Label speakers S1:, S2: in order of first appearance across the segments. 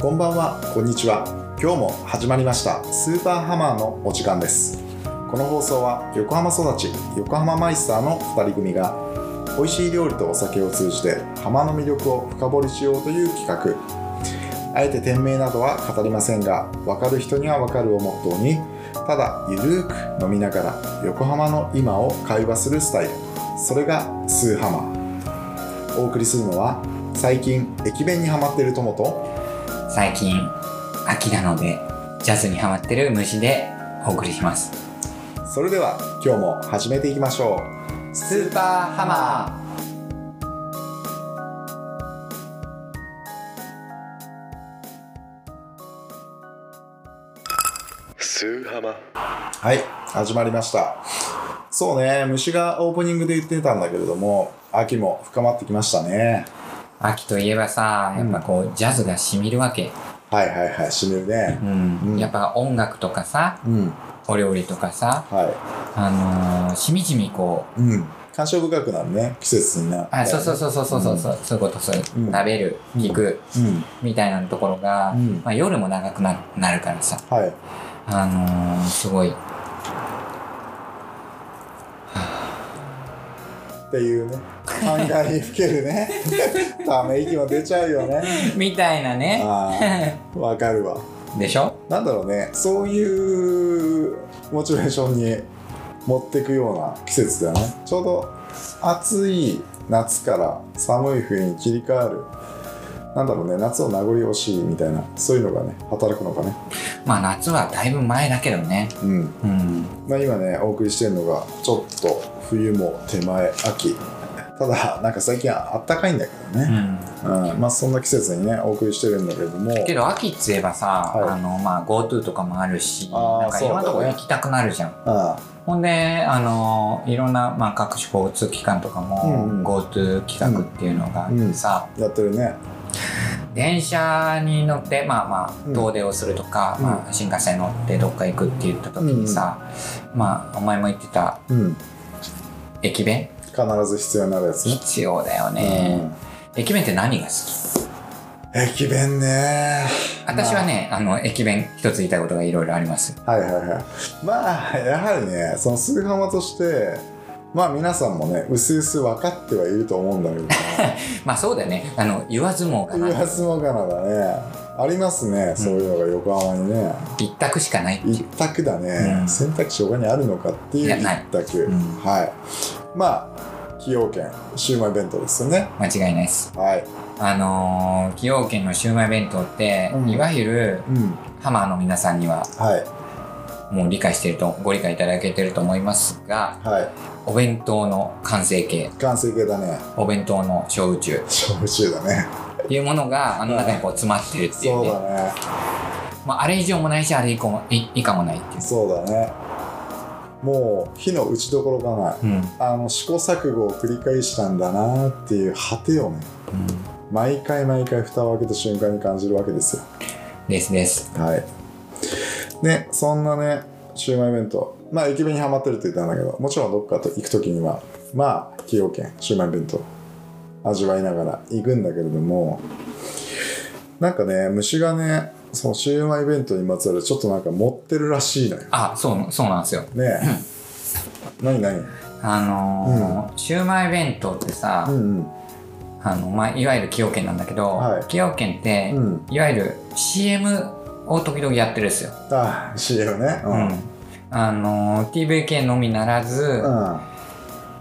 S1: こんばんは、こんにちは。今日も始まりましたスーパーハマーのお時間です。この放送は横浜育ち、横浜マイスターの2人組が美味しい料理とお酒を通じてハマの魅力を深掘りしようという企画。あえて店名などは語りませんが、わかる人にはわかるをモットーに、ただゆるーく飲みながら横浜の今を会話するスタイル。それがスーハマー。お送りするのは最近駅弁にハマっている友と
S2: 最近秋なのでジャズにハマってる虫でお送りします
S1: それでは今日も始めていきましょうスーパーハマ
S3: スーハマ
S1: ーはい始まりましたそうね虫がオープニングで言ってたんだけれども秋も深まってきましたね
S2: 秋といえばさやっぱこう、ジャズがしみるわけ、
S1: はいはいはいしみるね
S2: うん
S1: うん
S2: やっぱ音楽とかさ
S1: うん
S2: お料理とかさ
S1: は
S2: あのー、しみじみこう
S1: いうん感傷深くなるね季節になって
S2: あそうそうそうそうそうそうそうそういうことそういう、
S1: うん
S2: 食べる
S1: うん
S2: 聞く
S1: うん
S2: みたいなところが、
S1: うん
S2: まあ、夜も長くななるからさ
S1: はい
S2: あのー、すごい
S1: っていうね考えにふける ねため息も出ちゃうよね
S2: みたいなね
S1: ああわかるわ
S2: でしょ
S1: なんだろうねそういうモチベーションに持ってくような季節だよねちょうど暑い夏から寒い冬に切り替わるなんだろうね夏を名残惜しいみたいなそういうのがね働くのかね
S2: まあ夏はだいぶ前だけどね
S1: うん、
S2: うん
S1: まあ、今ねお送りしてるのがちょっと冬も手前秋ただなんか最近あったかいんだけど
S2: う
S1: ね、
S2: ん
S1: うんまあそんな季節にねお送りしてるんだけれども
S2: けど秋っつえばさ、
S1: はい
S2: あのまあ GoTo とかもあるし
S1: あー
S2: なんかいろんなと
S1: そう
S2: こ
S1: だね
S2: 行きたくなるじゃん、
S1: あ
S2: ほんであのいろんな、まあ、各種交通機関とかも、
S1: うん
S2: GoTo 企画っていうのがあってさ、
S1: あやってるね
S2: 電車に乗ってまあま
S1: う
S2: あ
S1: ん
S2: 遠出をするとか、
S1: うん
S2: まあ、新幹線乗ってどっか行くって言った時にさ、まあお前も言ってた
S1: うん
S2: 駅弁
S1: 必ず必要になるやつね
S2: 必要だよ
S1: う
S2: ね
S1: ん、
S2: 駅弁って何が好き
S1: 駅弁ね
S2: 私はね、あの駅弁一つ言いたいことがいろいろあります
S1: はいはいはいまあやはりねその数ハマとしてまあ皆さんもねうすうす分かってはいると思うんだけどね
S2: まあそうだよねあの言わずも が
S1: 言
S2: な
S1: わずもがなだねありますねそういうのが横浜にね、
S2: 一択しかないっていう
S1: 一択だね、
S2: うん
S1: 選択肢他にあるのかってい
S2: いうや
S1: 一
S2: ない
S1: 択、
S2: うん
S1: はいまあ崎陽軒シウマイ弁当ですよね
S2: 間違いないです
S1: はい
S2: あのー崎陽軒のシウマイ弁当って、
S1: うん
S2: いわゆる
S1: うん
S2: ハマーの皆さんには
S1: はい
S2: もう理解してるとご理解いただけてると思いますが
S1: はい
S2: お弁当の完成形
S1: 完成形だね
S2: お弁当の小宇宙
S1: 焼酎だね
S2: っていうものがあの中にこう詰まってるってい
S1: そうう
S2: ね
S1: だね
S2: まあ、あれ以上もないしあれ以降もい以下もないっていう
S1: そうだねもう火の打ちどころがない、
S2: うん、
S1: あの試行錯誤を繰り返したんだなっていう果てをね毎回毎回蓋を開けた瞬間に感じるわけですよ
S2: ですです
S1: はいねそんなねシウマイ弁当まあ駅弁にはまってるって言ったんだけどもちろんどっかと行く時にはまあ崎陽軒シウマイ弁当味わいながら行くんだけれどもなんかね虫がねそのシウマイ弁当にまつわるちょっとなんか持ってるらしいのよ
S2: あそうそうなんですよ
S1: ねえ何何
S2: あのーシウマイ弁当ってさ、
S1: うんうん
S2: あのまあ、いわゆる崎陽軒なんだけど、
S1: はい
S2: 崎陽軒って、
S1: うん
S2: いわゆる CM を時々やってるんですよ、
S1: あ CM ねう
S2: うんんあの TVK のみならず、
S1: う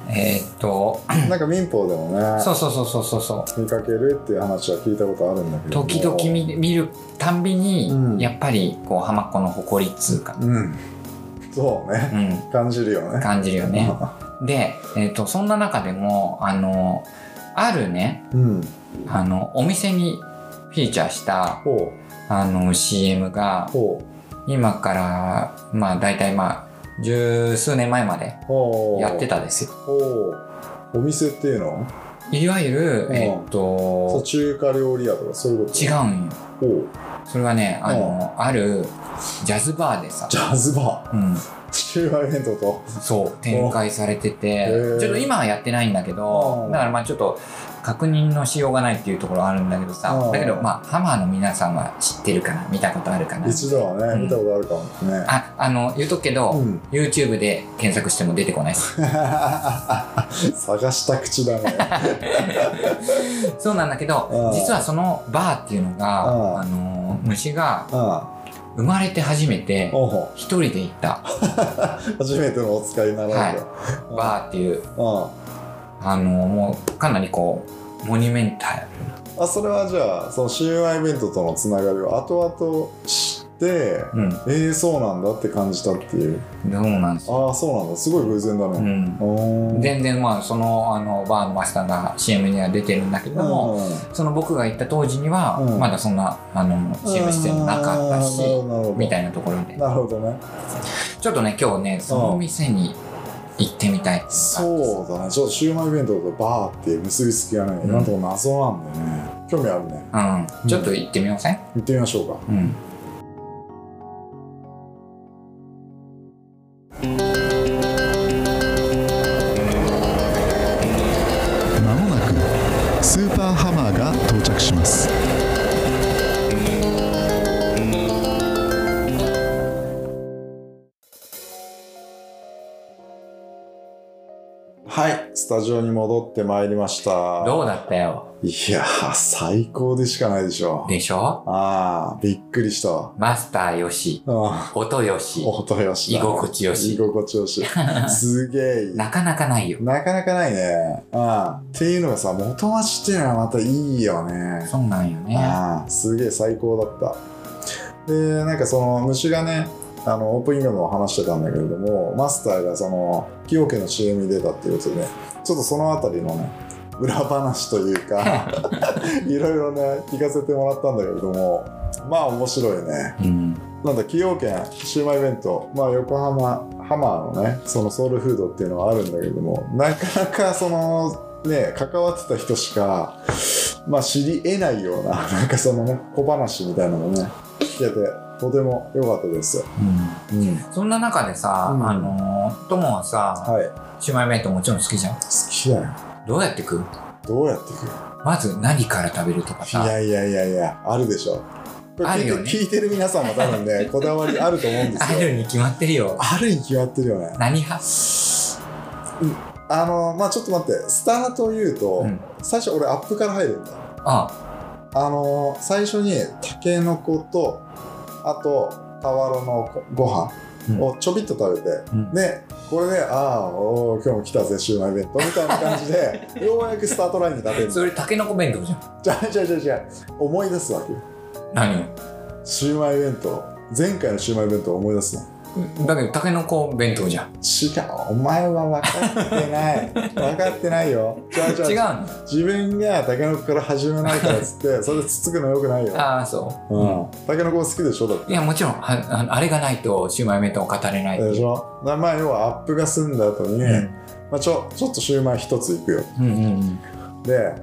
S2: えーっと
S1: ん、なんか民放でもね
S2: そうそうそうそうそうそう
S1: 見かけるっていう話は聞いたことあるんだけども
S2: 時々見見るたんびに、
S1: うん
S2: やっぱりこう浜っ子の誇りっつうか、
S1: うんそうね
S2: うん、
S1: 感じるよね
S2: 感じるよねで、えーっとそんな中でもあのあるね
S1: うん
S2: あのお店にフィーチャーした
S1: ほ
S2: あの CM が
S1: うほ
S2: 今からまあ大体まあ十数年前まで
S1: うほう
S2: やってたですよ
S1: ほうお店っていうの
S2: いわゆる、
S1: うん
S2: えっ
S1: そう
S2: と
S1: 中華料理屋とかそういうこと
S2: 違うんよ
S1: ほう
S2: それはねあの、あるジャズバーでさ
S1: ジ、ャズバ
S2: うん、
S1: ー中華イベントと
S2: そう展開されて
S1: へ
S2: て
S1: ー
S2: ちょっと今はやってないんだけ
S1: う
S2: ど
S1: ん
S2: だからまあちょっと確認のしようがないっていうところはあるんだけど
S1: う
S2: さ
S1: ん
S2: だけどまあハマーの皆さんは知ってるかな見たことあるかな
S1: 一度はね、
S2: うん
S1: 見たことあるかもね
S2: ああの言うとくけど、
S1: うん
S2: YouTube で検索しても出てこないです
S1: 探した口だ ね
S2: そうなんだけど、
S1: うん
S2: 実はそのバーっていうのが、
S1: うん
S2: あの虫が
S1: ああ
S2: 生まれて初めて
S1: おうほ
S2: 一人で行った
S1: う初めてのお使いにならんけ
S2: バーっていう
S1: ど、
S2: あのもうかなりこうモニュメンタル
S1: うん、あそれはじゃあその CY イベントとのつながりを後々知って
S2: うん
S1: えー、そうなんだって感じたっていう
S2: どうなんですよ、
S1: ああそうなんだすごい偶然だ
S2: う
S1: ね、
S2: ん、
S1: おー
S2: 全然まあそのあのバーのマスターが CM には出てるんだけども、
S1: うん
S2: その僕が行った当時には
S1: うん
S2: まだそんな、あの CM 出演もなかったし
S1: あーなるほど
S2: みたいなところで
S1: なるほどね
S2: ちょっとね今日ねその店に行ってみたい
S1: そうだねちょっとシウマイイベントとバーって結びつきがね
S2: うん
S1: 今のところ謎なんだよね興味あるね
S2: う、うん、ちょっと行ってみません、
S1: 行ってみましょうか
S2: うん、
S1: まもなくスーパーハマーが到着しますはいスタジオに戻ってまいりました
S2: どうだったよ
S1: いやー最高でしかないでしょ
S2: でしょ
S1: ああびっくりしたわ
S2: マスターよし
S1: あ
S2: 音よし
S1: ー音よしだ
S2: 居心地よし
S1: 居心地よしすげえいい
S2: なかなかないよ
S1: なかなかないね。ああっていうのがさ、元町っていうのはまたいいよね。
S2: そうなんよね
S1: ああすげえ最高だった。で、なんかその虫がね、あのオープニングでも話してたんだけれども、マスターがその崎陽家の CM に出たっていうことで、ね、ちょっとそのあたりのね、裏話という か、いろいろね、聞かせてもらったんだけれども、まあ面白いね。
S2: うん
S1: なんだ崎陽軒シウマイ弁当、まあ、横浜ハマーのねそのソウルフードっていうのはあるんだけどもなかなかそのね関わってた人しか、まあ、知り得ないような なんかそのね小話みたいなのがね聞けてとても良かったですよ、
S2: う
S1: うん、
S2: ん、そんな中でさ、
S1: うん
S2: あの友はさ
S1: はい好
S2: 姉妹弁当もちろん好きじゃん
S1: きだよ
S2: どうやって食う
S1: どうやって食う
S2: まず何から食べるとか
S1: い
S2: さ
S1: やいやいやいやあるでしょこれ聞い
S2: ある
S1: て
S2: よね
S1: 聞いてる皆さんも多分 ねこだわりあると思うんです
S2: あ
S1: よ
S2: るに決まってるよ
S1: あるに決まってるよね
S2: 何派
S1: あのまあちょっと待ってスタートを言うと、
S2: うん
S1: 最初俺アップから入るんだ
S2: あ
S1: あのー最初にたけのことあとタワロのご飯
S2: うん
S1: をちょびっと食べて、
S2: うん
S1: でこれでああおー今日も来たぜシウマイ弁当みたいな感じ でようやくスタートラインに立てる
S2: それたけのこ弁当じゃん
S1: じゃあじゃあじゃあじゃあ思い出すわけよ
S2: 何
S1: シウマイ弁当前回のシウマイ弁当を思い出すの
S2: をだけどたけのこ弁当じゃ
S1: 違
S2: ん
S1: うお前は分かってない 分かってないよじゃあじゃあ
S2: 違うの
S1: 自分がタケノコから始めないからっつってそれでつつくのよくないよ
S2: ああそう
S1: うんタケノコ好きでしょだって
S2: いやもちろんあああれがないとシューマイ弁当を語れない
S1: でしょだまあ要はアップが済んだ後に、
S2: うん
S1: まあ、ちょちょっとシューマイ一ついくよ
S2: うんうんうん
S1: で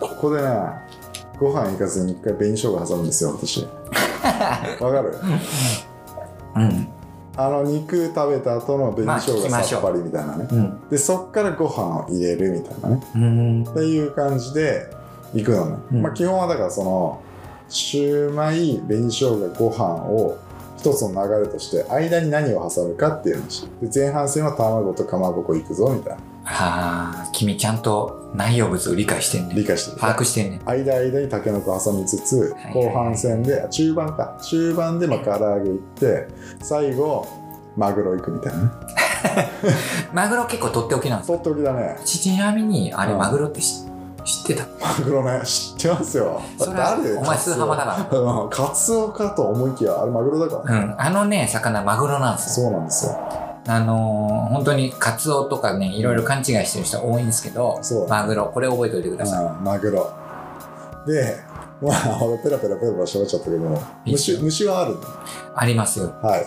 S1: ここでねご飯行かずに一回紅生姜挟むんですよ私 わかる
S2: うん
S1: あの肉食べた後の紅生
S2: まあ聞きま
S1: 姜
S2: しょ
S1: さ
S2: う
S1: っぱりみたいなね
S2: うん
S1: でそっからご飯を入れるみたいなね
S2: うん
S1: っていう感じで行くのね、
S2: うん
S1: まあ基本はだからそのシューマイ紅生姜ご飯を一つの流れとして間に何を挟むかっていう話で前半戦は卵とかまぼこいくぞみたいな
S2: ああ君ちゃんと内容物を理解してんね
S1: 理解してる
S2: 把握してんね
S1: 間間にたけのこ挟みつつ、
S2: はい
S1: 後半戦で中盤か中盤でまあ唐揚げいって最後マグロいくみたいなね
S2: マグロ結構とっておきなんです
S1: とっておきだね
S2: ちちなみにあれ
S1: うん
S2: マグロってし知ってた
S1: マグロね知ってますよ
S2: それは
S1: だってあるよ
S2: お前
S1: カツオ
S2: スーハマだか
S1: うんカツオかと思いきやあれマグロだからね、
S2: らうんあのね魚マグロなんですよ
S1: そうなんですよ
S2: あのー本当にカツオとかねいろいろ勘違いしてる人多いんですけど
S1: そう
S2: マグロこれ覚えておいてください、
S1: うん、マグロでまあ俺ペラペラペラペラ喋っちゃったけど
S2: いいっ
S1: 虫
S2: すよ
S1: 虫はあるの
S2: ありますよ
S1: はい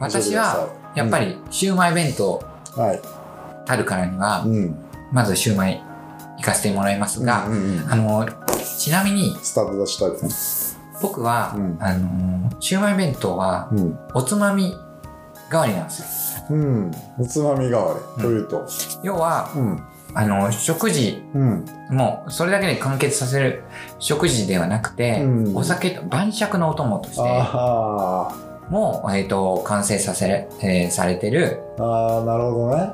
S2: 私はやっぱりシューマイ弁当
S1: はい
S2: たるからには、
S1: うん
S2: まずシューマイ行かせてもらいますが、
S1: うんうんうん
S2: あのーちなみに
S1: スタート出したいです
S2: 僕は、
S1: うん
S2: あのーシューマイ弁当は
S1: ね
S2: おつまみ代わりなんですよ
S1: うん、うん、おつまみ代わりというと
S2: 要は
S1: うん
S2: あの、食事、
S1: うん。
S2: もうそれだけで完結させる食事ではなくて、
S1: うん
S2: お酒と晩酌のお供として
S1: あ
S2: もう、えー、と完成させ、えーされてる
S1: ーあー、なるほどね。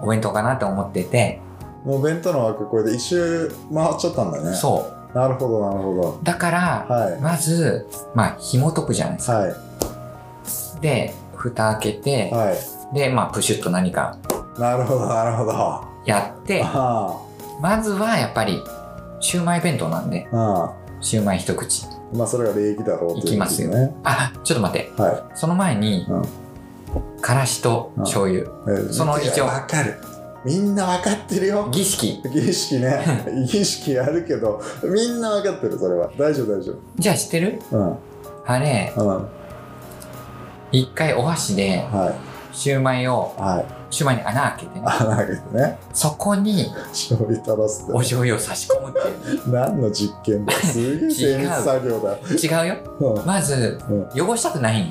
S2: お弁当かなと思ってて、
S1: もう弁当の枠、これで一周回っちゃったんだね。
S2: そう
S1: なるほど、なるほ
S2: だから、
S1: ど。はい。
S2: まずまあ紐解くじゃないですか
S1: は
S2: で蓋開けて
S1: い。、はい。
S2: でまあプシュッと何か
S1: なるほど、なるほど。
S2: やって
S1: あ
S2: まずはやっぱりシューマイ弁当なんで
S1: あ、あ
S2: シューマイ一口
S1: あ。まあ、それが礼儀だろうということね。
S2: いきますよあちょっと待って
S1: は
S2: その前に、
S1: うん
S2: からしと醤
S1: い。
S2: 油、
S1: えー
S2: その一応
S1: わかる。みんなわかってるよ。
S2: 儀式
S1: 儀式ね。 儀式あるけど、みんなわかってる、それは。大丈夫、大丈
S2: じゃあ知ってる
S1: 夫。うん。
S2: あれ
S1: うん。
S2: 一回お箸で
S1: はい。
S2: シューマイを
S1: はい。
S2: シューマイに穴開けてね
S1: あ、なんかね。
S2: そこに
S1: 醤油垂らすっ
S2: お醤油を差し込むって
S1: て。何の実験だ。すげえ精密作業だ。
S2: いう違うよ
S1: うん。
S2: まず
S1: うん
S2: 汚したくない、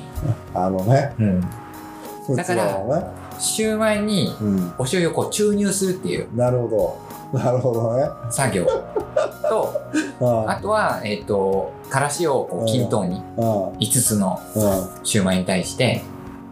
S1: あのね。
S2: うん、
S1: 器
S2: だから
S1: をね。
S2: シューマイに
S1: うん。
S2: お醤油をこう注入するっていう
S1: なるほど。なるほどね。
S2: 作業と
S1: うん。
S2: あとは、えっとからしをこう均等に
S1: うん。
S2: 5つの
S1: う
S2: シューマイに対して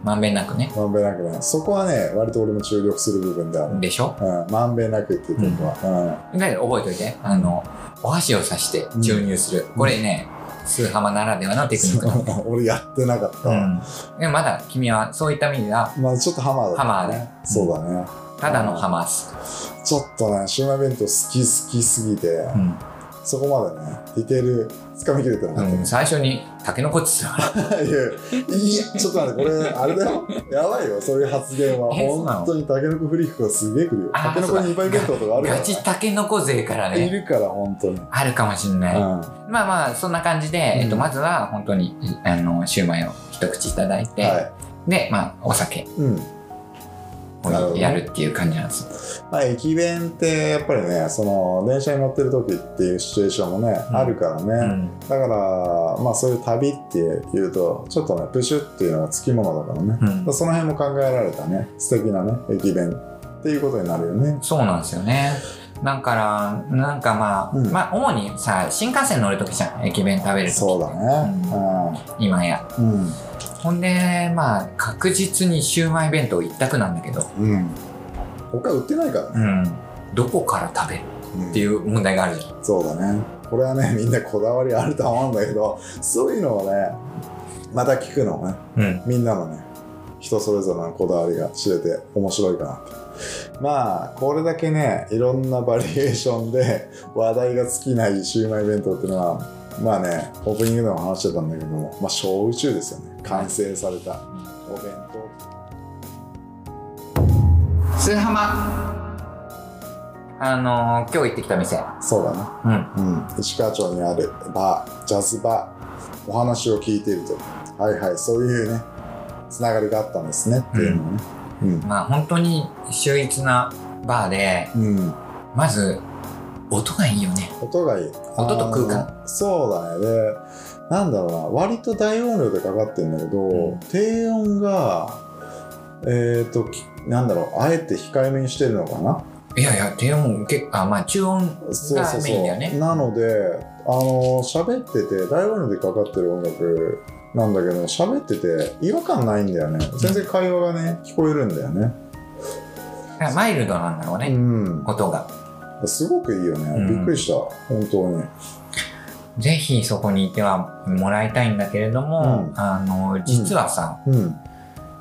S2: まんべんなくね
S1: ん。まんべんなくね。そこはね、割と俺も注力する部分である。
S2: でしょ
S1: うん。まんべんなくっていうとこは。
S2: だけど覚えておいてあのお箸を刺して注入する、
S1: ん
S2: これねスーハマならではの テクニックなんで
S1: うん。 俺やってなかったわ。
S2: うん、でまだ君はそういった意味では
S1: まあちょっとハマーだった
S2: ハマーね
S1: そうだね。
S2: ただのハマス、
S1: ちょっとね、シウマイ弁当好き好きすぎて、
S2: うん
S1: そこまでね、ディテールつかみきれてなかった。
S2: うん、最初にタケノコっつってた
S1: いやいやちょっと待って、これ、あれだよ。やばいよ、そういう発言は。
S2: えそうなの
S1: 本当にタケノコフリックがすげえ来るよ。
S2: あー
S1: タケノコ2倍弁当とかあるか
S2: ガ
S1: ら
S2: チタケノコ勢から
S1: ね。い
S2: ね
S1: るから、本当に。
S2: あるかもしんない、
S1: は
S2: まあまあそんな感じで、えっと、
S1: うん
S2: まずは本当にあのシューマイを一口いただい
S1: い。
S2: て、
S1: は
S2: でまあお酒
S1: い。うん。なるほ
S2: を
S1: ど
S2: やるっていう感じなんですよ
S1: まあ、駅弁ってやっぱりねその電車に乗ってる時っていうシチュエーションもね、
S2: うん
S1: あるからね、
S2: うん
S1: だからまあそういう旅っていうとちょっとねプシュっていうのがつきものだからね、
S2: うん
S1: その辺も考えられたね素敵なね駅弁っていうことになるよね
S2: そうなんですよねだからなんかまあ、
S1: うん
S2: まあ主にさ新幹線乗るときじゃん駅弁食べると
S1: そうだね
S2: 今や
S1: うんうん
S2: ほんでまあ確実にシューマイ弁当一択なんだけど
S1: うん他売ってないから
S2: う
S1: ね、
S2: んどこから食べる
S1: うん
S2: っていう問題があるじゃん
S1: そうだねこれはねみんなこだわりあると思うんだけどそういうのをねまた聞くのね
S2: うん
S1: みんなのね人それぞれのこだわりが知れて面白いかなとまあこれだけねいろんなバリエーションで話題が尽きないシウマイ弁当っていうのはまあねオープニングでも話してたんだけどもまあ小宇宙ですよね完成されたお弁当
S2: スーハマあのー今日行ってきた店
S1: そうだな
S2: うん
S1: うん石川町にあるバージャズバーお話を聞いているとはいはいそういうねつながりがあったんですねっていうのをねうん
S2: まあ本当に秀逸なバーで
S1: うん
S2: まず音がいいよね
S1: 音がいい
S2: 音と空間
S1: あのそうだねでなんだろうな割と大音量でかかってるんだけど、
S2: うん
S1: 低音がえっ、ー、ときなんだろうあえて控えめにしてるのかない
S2: やいや低音結構あまあ中音
S1: そうそ
S2: が
S1: う
S2: メ
S1: そ
S2: イン
S1: う、
S2: だよね
S1: なのであの喋ってて大音量でかかってる音楽なんだけど喋ってて違和感ないんだよね全然会話がね聞こえるんだよね
S2: だからマイルドなんだろうね、
S1: うん
S2: 音が
S1: すごくいいよね、
S2: うん
S1: びっくりした本当に
S2: ぜひそこにいてはもらいたいんだけれども、
S1: う
S2: あの実はさ、
S1: うん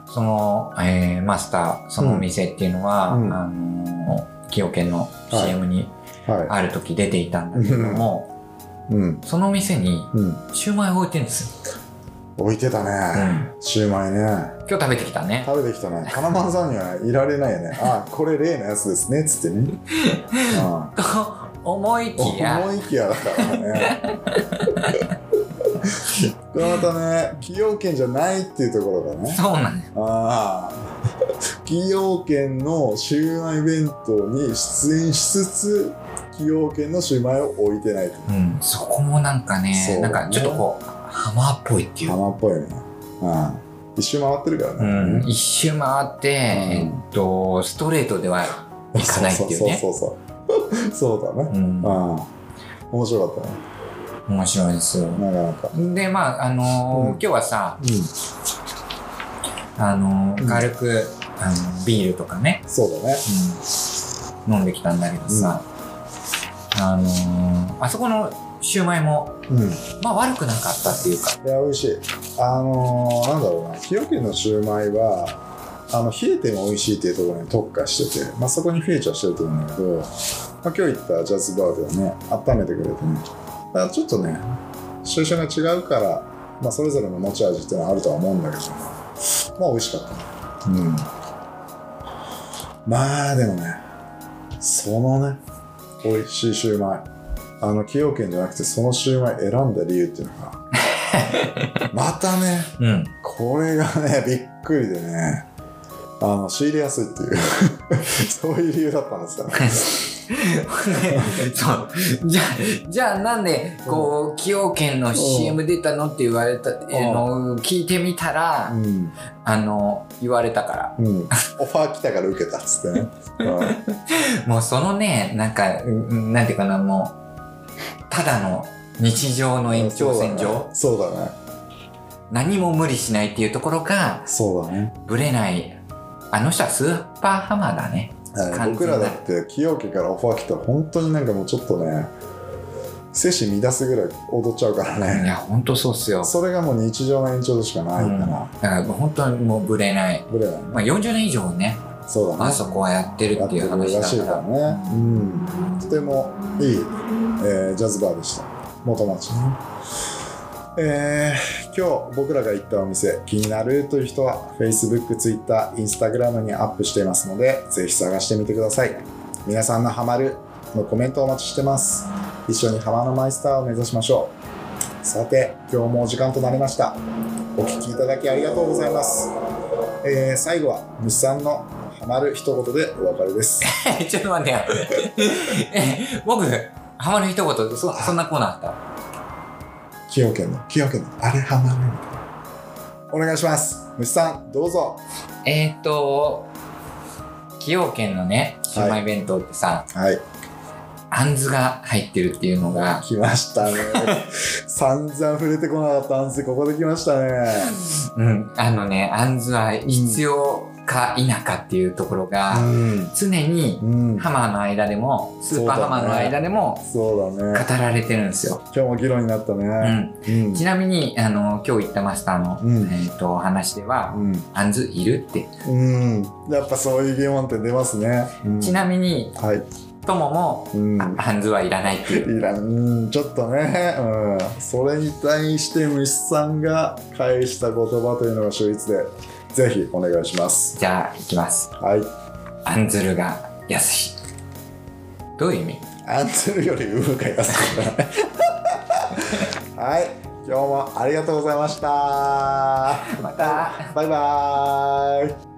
S2: その、えーマスターそのお店っていうのは、
S1: うん
S2: あの崎陽軒の
S1: はい
S2: CM に
S1: は
S2: ある時出ていたんだけれども、
S1: いうん
S2: その店に
S1: うん
S2: シューマイを置いてるんです
S1: 置いてた
S2: よ、う
S1: ね、
S2: ん、
S1: シューマイね
S2: 今日食べてきたね
S1: 食べてきたね。金丸さんにはいられないよね。あ、これ例のやつですね、つってね。
S2: と 思い
S1: うん、
S2: きや
S1: 思いきやだからね。これまたね、崎陽軒じゃないっていうところがね。
S2: そうなんだよ
S1: ああ。崎陽軒のシューマイ弁当に出演しつつ、崎陽軒のシューマイを置いてないと。
S2: うん、そこもなんかね
S1: そう
S2: な
S1: ね
S2: んかちょっとこう浜っぽいっていう、
S1: 浜っぽいよね。うん。一周回ってるから
S2: う
S1: ね。
S2: ん、一周回って、
S1: うん
S2: えっとストレートではいかないっていうね。
S1: そうそうそうそうそうだね
S2: うん
S1: う、ん面白かったね
S2: 面白いですよ。
S1: なかなか
S2: で、まあ、あのー
S1: うん
S2: 今日はさ、
S1: うん
S2: あのー
S1: うん
S2: 軽く、あのビールとかね、
S1: そうだね
S2: うん飲んできたんだけどさ、あのーあそこのシューマイも、
S1: うん
S2: まあ悪くなかったっていうか、
S1: いや美味しいあのー、なんだろうな崎陽軒のシューマイはあの冷えても美味しいっていうところに特化してて、まあ、そこにフィーチャーしてると思うんだけど、まあ、今日行ったジャズバーではね温めてくれてねだからちょっとね収集が違うから、まあ、それぞれの持ち味っていうのはあるとは思うんだけどまあ美味しかったねうんまあでもねそのね美味しいシューマイあの崎陽軒じゃなくてそのシューマイ選んだ理由っていうのがまたね
S2: うん。
S1: これがね びっくりでねあの仕入れやすいっていう そういう理由だったんですよ ね
S2: そう。じゃあ、じゃあなんで、こう、崎陽軒の CM 出たのって言われた、えーの聞いてみたら、
S1: うん、
S2: あの、言われたから。
S1: うん、オファー来たから受けたっつってね、うん
S2: もうそのね、なんか、うんうんなんていうかな、もう、ただの日常の 延長線上、
S1: そうだね
S2: 何も無理しないっていうところが、
S1: そうだね
S2: ぶれない。あの人はスーパーハマーだね。
S1: そうだね
S2: 完全な
S1: 僕らだって崎陽軒からオファー来たら本当になんかもうちょっとね精神乱すぐらい踊っちゃうから
S2: い
S1: ね
S2: や、ほんとそうっすよ。
S1: それがもう日常の延長でしかない
S2: うん、だ
S1: か
S2: から本当にもうぶれない。
S1: ら、ブレない
S2: まあ、40年以上ね、
S1: そうだね
S2: あそこはやってる
S1: や
S2: っ
S1: ってて
S2: い
S1: る
S2: う話
S1: らしい
S2: だ
S1: か
S2: からら。
S1: ね、うん、とてもいい、えージャズバーでした元町ねえー今日僕らが行ったお店気になるという人は Facebook、Twitter、Instagram にアップしていますのでぜひ探してみてください皆さんのハマるのコメントお待ちしてます一緒にハマのマイスターを目指しましょうさて今日もお時間となりましたお聞きいただきありがとうございます、えー最後は虫さんのハマる一言でお別れです
S2: え ちょっと待ってよ。え、僕、ハマる一言、そそんなコーナーあっ
S1: 崎陽軒の崎陽軒のあれハマるみたいなお願いします虫さんどうぞ
S2: たえーっと、崎陽軒のね、シウマイ弁当ってさ、
S1: はい
S2: あんずが入ってるっていうのが、
S1: 来ましたね 散々触れてこなかったんですここで来ましたね
S2: うん、あのね、あんずは必要か否かっていうところが、常に
S1: うん、うん、
S2: ハマーの間でも、スーパーハマーの間でも
S1: そうだ
S2: 語
S1: ね
S2: られてるんですよ。
S1: 今日も議論になった
S2: う
S1: ね
S2: ん、
S1: うん
S2: ちなみにあの今日言ったマスターの、
S1: うん
S2: えー、と話では
S1: うん、
S2: 「あんずいる?」って、
S1: うん、やっぱそういう疑問点出ますね、うん、
S2: ちなみに
S1: はい、
S2: トモも
S1: うん、
S2: 「あんずはいらない」っていう
S1: いらんうんちょっとね、うん、それに対して虫さんが返した言葉というのが秀逸でぜひお願いします
S2: じゃあいきます
S1: はい
S2: 「あんずるが安し」どういう意味
S1: アンツルよりウーが安く ないはい今日もありがとうございました
S2: また
S1: バイバーイ